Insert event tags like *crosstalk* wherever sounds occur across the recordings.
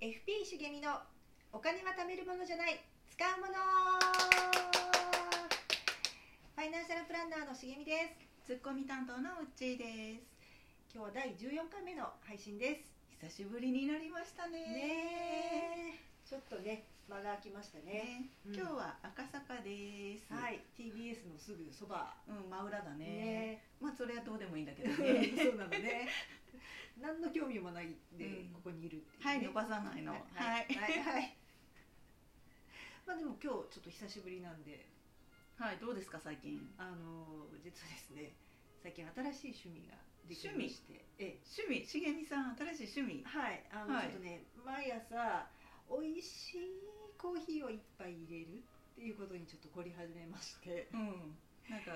FP 茂みのお金は貯めるものじゃない使うものファイナンシャルプランナーの茂みですツッコミ担当のうっちーです今日は第14回目の配信です久しぶりになりましたねねえちょっとね間が空きましたねねうん今日は赤坂です、はい TBS のすぐそばうん真裏だねねまあそれはどうでもいいんだけどねえそうなのね何の興味もないでうんここにいるっていうねはい伸ばさないのははいい、はいはいはいまあでも今日ちょっと久しぶりなんではいどうですか最近あのー実はですね最近新しい趣味ができましてええ趣味しげみさん新しい趣味はいあのはちいょっとね、毎朝美味しいコーヒーを一杯入れるっていうことにちょっと凝り始めま *laughs* してうんなんか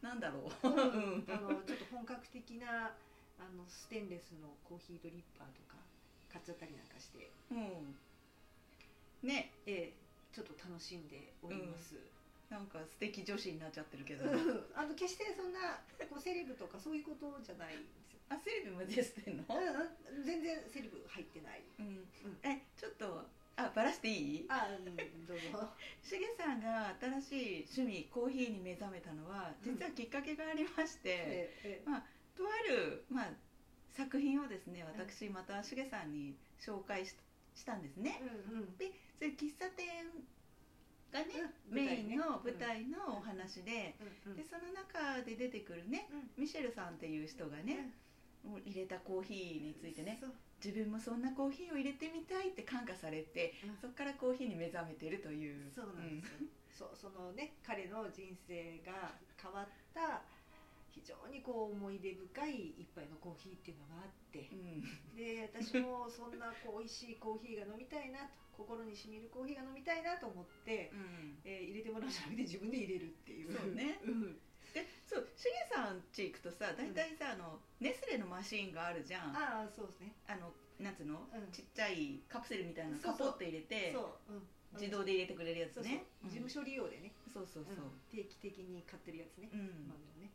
なんだろうう、んうんあのちょっと本格的なあのステンレスのコーヒードリッパーとか買っちゃったりなんかして、うん、ねええ、ちょっと楽しんでおります、なんか素敵女子になっちゃってるけうど、ん *laughs* あの決してそんなこうセレブとかそういうことじゃないんですよ、あセレブまでしてんの、うんうん、全然セレブ入ってないうん、えちょっとあバラしていいあうんどう *laughs* ぞしげさんが新しい趣味コーヒーに目覚めたのはうん実はきっかけがありまして、えええとある、まあ、作品をですね私またしげさんに紹介ししたんですえねうんうんそれ喫茶店がね、うんメインの舞舞台台のお話で,、うんうんでその中で出てくるねうんミシェルさんっていう人がね、もう入れたコーヒーについてねそう自分もそんなコーヒーを入れてみたいって感化されて、うんそこからコーヒーに目覚めてるというそうなんですよ、そうそのね彼の人生が変わった非常にこう思い出深い一杯のコーヒーっていうのがあ *laughs* ってうんうんで私もそんなこう美味しいコーヒーが飲みたいなと心にしみるコーヒーが飲みたいなと思って、うんえー入れてもらうじゃなくて自分で入れるっていうそうねん、でそうしげさんち行くとさ大体さ、あのネスレのマシーンがあるじゃんあああそうですねのなんつうの、うんちっちゃいカプセルみたいなのそうカそうポって入れてそう、うん、自動で入れてくれるやつそうそう、ねうん事務所利用でね、そうそうそううん定期的に買ってるやつね、うん、豆をね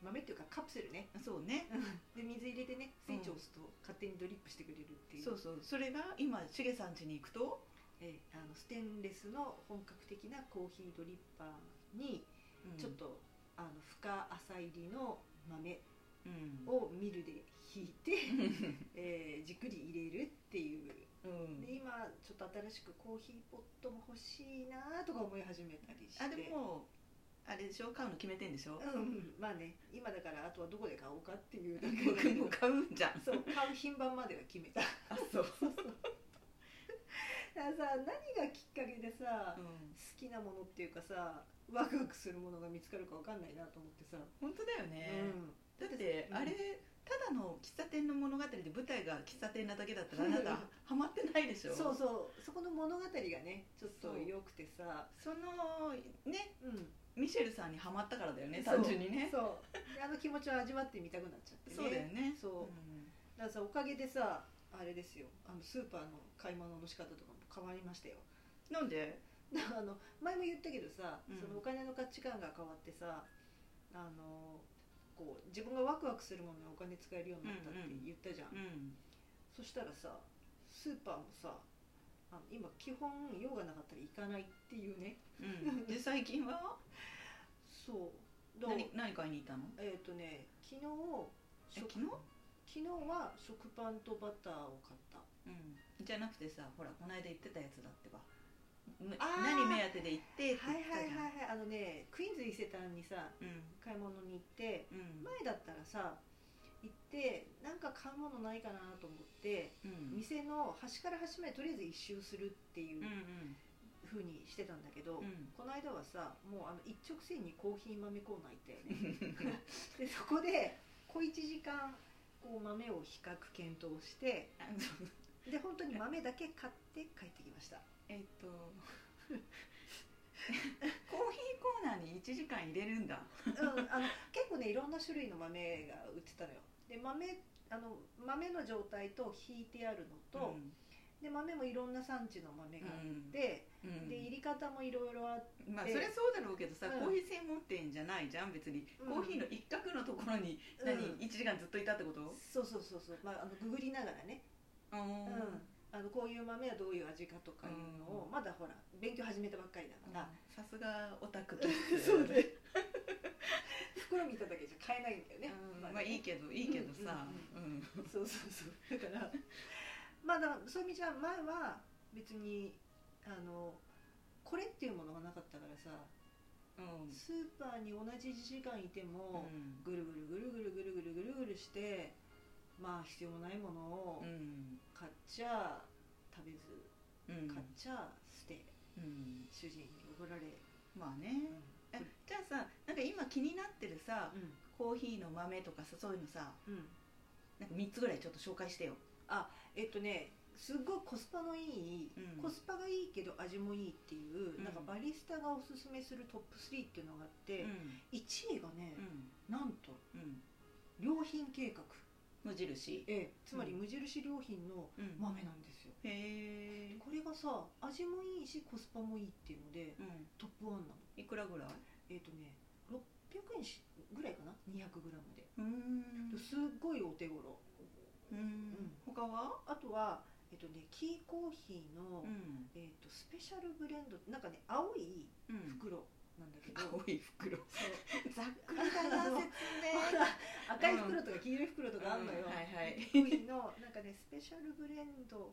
豆っていうかカプセルねそうねで水入れてねスイッチを押すと勝手にドリップしてくれるっていう,、そうそうそれが今しげさんちに行くと、えーあのステンレスの本格的なコーヒードリッパーにちょっ、と、あの深浅入りの豆うん、をミルでひいて、うえーじっくり入れるってい *laughs* うんで今ちょっと新しくコーヒーポットも欲しいなとか思い始めたりしてあでもあれでしょ買うの決めてんでしょ、うんまあね今だからあとはどこで買おうかっていうだけだけど僕 *laughs* も買うんじゃんそう買う品番までは決めたあそう、だからさ何がきっかけでさ、う好ん、きなものっていうかさワクワクするものが見つかるかわかんないなと思ってさ、本当だよね、うんだってうんあれただの喫茶店の物語で舞台が喫茶店なだけだったらあなたハマってないでしょそうそうそこの物語がねちょっとそう良くてさそのねうんミシェルさんにハマったからだよねそう単純にねそうであの気持ちを味わってみたくなっちゃってねそそうだよねうだからさおかげでさあれですよあのスーパーの買い物の仕方とかも変わりましたようんなんでだからあの前も言ったけどさ、うんそのお金の価値観が変わってさあのこう自分がワクワクするものにお金使えるようになったってうんうん言ったじゃん、うんそしたらさスーパーもさあの今基本用がなかったら行かないっていうね *laughs* うんで最近はそうだから何何買いに行ったのえっ、とね昨日え食昨日昨日は食パンとバターを買ったうんじゃなくてさほらこの間言ってたやつだってばむあー何目当てで行ってって言はいっはたいじゃんはいはいあのねクイーンズ伊勢丹にさうん買い物に行ってうん前だったらさ行ってなんか買うものないかなと思ってうん店の端から端までとりあえず一周するっていううん風にしてたんだけど、うんこの間はさもうあの一直線にコーヒー豆コーナー行ったよね *laughs* でそこで小1時間こう豆を比較検討してあ *laughs* ので本当に豆だけ買って帰ってきましたえっと *laughs* コーヒーコーナーに1時間入れるんだうん、あの結構ねいろんな種類の豆が売ってたのよで豆あの豆の状態と引いてあるのと、うんで豆もいろんな産地の豆があって、うんで入り方もいろいろあってまあそれはそうだろうけどさ、うんコーヒー専門店じゃないじゃん別に、うんコーヒーの一角のところにうん何、1時間ずっといたってことそうそうそうそう、まあ、あのググりながらねあうん、ーあのこういう豆はどういう味かとかいうのを、まだほら勉強始めたばっかりだから、さすがオタクと *laughs* そうね *laughs* 袋見ただけじゃ買えないんだよね、まあいいけどいいけどさうんそうそうそうだからまあだからそういう意味じゃ前は別にあのこれっていうものがなかったからさうんスーパーに同じ時間いても、ぐるぐるぐるぐるぐるぐるぐるぐるしてまあ必要もないものをうん買っちゃ食べずうん買っちゃ捨てうん主人に怒られ、まあねえじゃあさなんか今気になってるさうんコーヒーの豆とかさそういうのさうんなんか3つぐらいちょっと紹介してよえっとねすっごいコスパのいい、うんコスパがいいけど味もいいっていう、うんなんかバリスタがおすすめするトップ3っていうのがあって、ん1位がね、うんなんとうん良品計画、無印ええつまりうん無印良品のうん豆なんですよ、へえこれがさ味もいいしコスパもいいっていうのでうんトップ1なのいくらぐらいえっ、とね600円しぐらいかな 200g でうーんすっごいお手頃うん他はあとはえっ、とねキーコーヒーの、んえー、とスペシャルブレンドなんかね青いうん袋なんだけど、青い袋 *laughs* そうざっくりだな説ほ明ら赤い袋とか黄色い袋とかあんのよ、うんはいはいキーコーヒーのなんかねスペシャルブレンドっ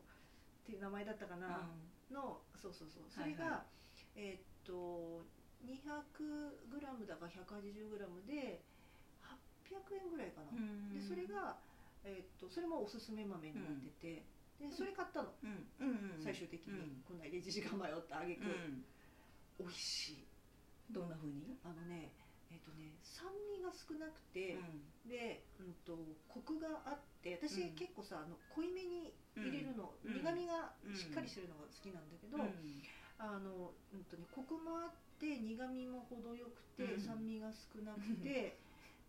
ていう名前だったかな、のそうそうそうそれが、はいえーっと 200g だか 180g で800円ぐらいかな、うんでそれが、えーっとそれもおすすめ豆になってて、でそれ買ったの、うんうんうん最終的に、うんこんな入れ時間迷ったあげく、うん美味しいどんな風にあのねえーっとね酸味が少なくて、うで、うん、とコクがあって私、うん結構さあの濃いめに入れるの、うん苦みがしっかりしてるのが好きなんだけど、んあの、うんとね、コクもあって苦みも程よくて、うん酸味が少なく *laughs* て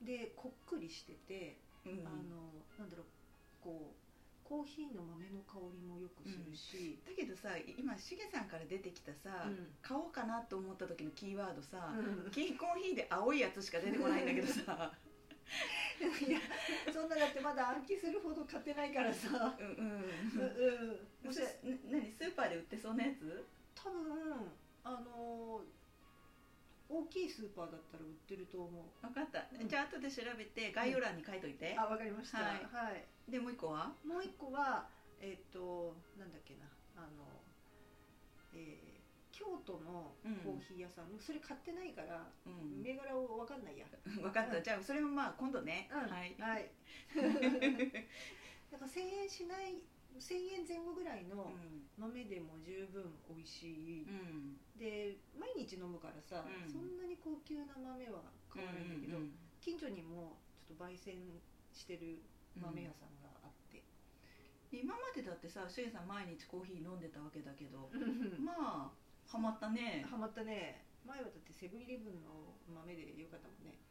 でこっくりしてて、うんあのなんだろうこうコーヒーの豆の香りもよくするし、だけどさ今しげさんから出てきたうさん買おうかなと思った時のキーワードさうんキーコーヒーで青いやつしか出てこないんだけど *laughs* さ *laughs* いやそんなだってまだ暗記するほど買ってないからさ、うんうんううんん、それな何スーパーで売ってそうなやつ多分あの大きいスーパーだったら売ってると思う分かったうんじゃあ後で調べて概要欄に書いといてあわかりましたははいい、でもう一個はもう一個はえっ、となんだっけなあの、えー京都のコーヒー屋さん、それ買ってないからうん銘柄をわかんないや、分かったじゃあそれもまあ今度ねうんはいはい *laughs* *laughs* だから1000円しない1000円前後ぐらいの豆でも十分美味しい、うんで毎日飲むからさ、うんそんなに高級な豆は買わないんだけど、うん近所にもちょっと焙煎してる豆屋さんがあって、今までだってさしげさん毎日コーヒー飲んでたわけだけど *laughs* まあハマったねハマったね前はだってセブンイレブンの豆でよかったもんね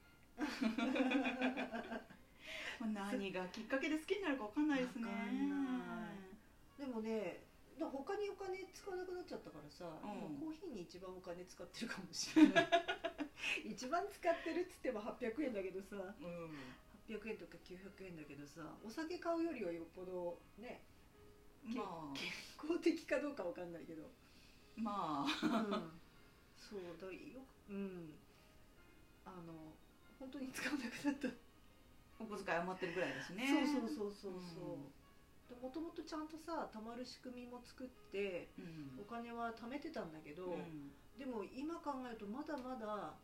何がきっかけで好きになるかわかんないですねわかんないでもねだから他にお金使わなくなっちゃったからさ、うん今コーヒーに一番お金使ってるかもしれ *laughs* ない一番使ってるっつっても800円だけどさうん800円とか900円だけどさお酒買うよりはよっぽどねま公的かどうかわかんないけど、 *laughs* あまあうんそうだようんあの本当に使わなくなったお小遣い余ってるぐらいだしねそうそうそうそううんそうでもともとちゃんとさ貯まる仕組みも作ってうおん金は貯めてたんだけど、うんでも今考えるとまだまだ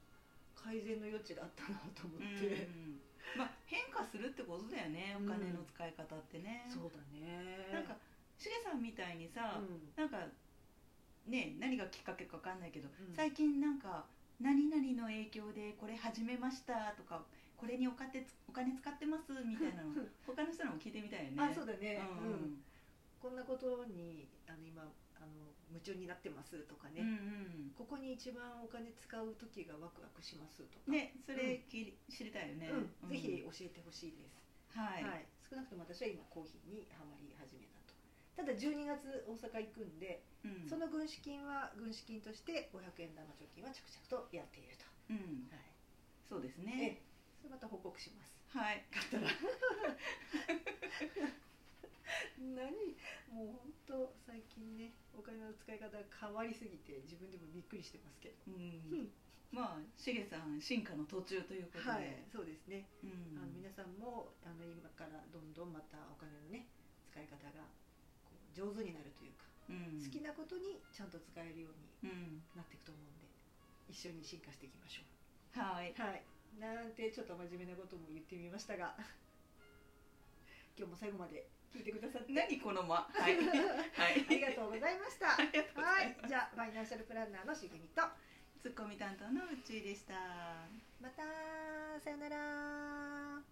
改善の余地があったなと思って、うんまあ変化するってことだよねお金の使い方ってねそうだねなんかしげさんみたいにさうんなんかね何がきっかけかわかんないけど、うん最近なんか「何々の影響でこれ始めました」とか「これにお金つお金使ってます」みたいなの他の人のも聞いてみたいよね。あそうだね、ううんんこんなことにあの今あの夢中になってますとかうんうね、んここに一番お金使う時がワクワクしますとか、ねそれきり、知りたいよね。うん、ぜひうん教えてほしいですは、はいい、少なくとも私は今コーヒーにはまり始めたとただ12月大阪行くんで、うんその軍資金は軍資金として500円玉貯金は着々とやっていると、うん、はいそうですえねえ。それまた報告しますはい。買ったら何もう本当最近ねお金の使い方が変わりすぎて自分でもびっくりしてますけど、ううんん、まあしげさん進化の途中ということで、はいそうですね、うん、あの皆さんもあの今からどんどんまたお金のね使い方がこう上手になるというか、うん好きなことにちゃんと使えるようにうん、なっていくと思うんで一緒に進化していきましょはい、うはいなんてちょっと真面目なことも言ってみましたが *laughs* 今日も最後まで聞いてくださって何この間、 *laughs* はい、はい、ありがとうございま *laughs* したありがとうござはいいます、じゃあファイナンシャルプランナーのしげみとツッコミ担当のうちいでした。またさよなら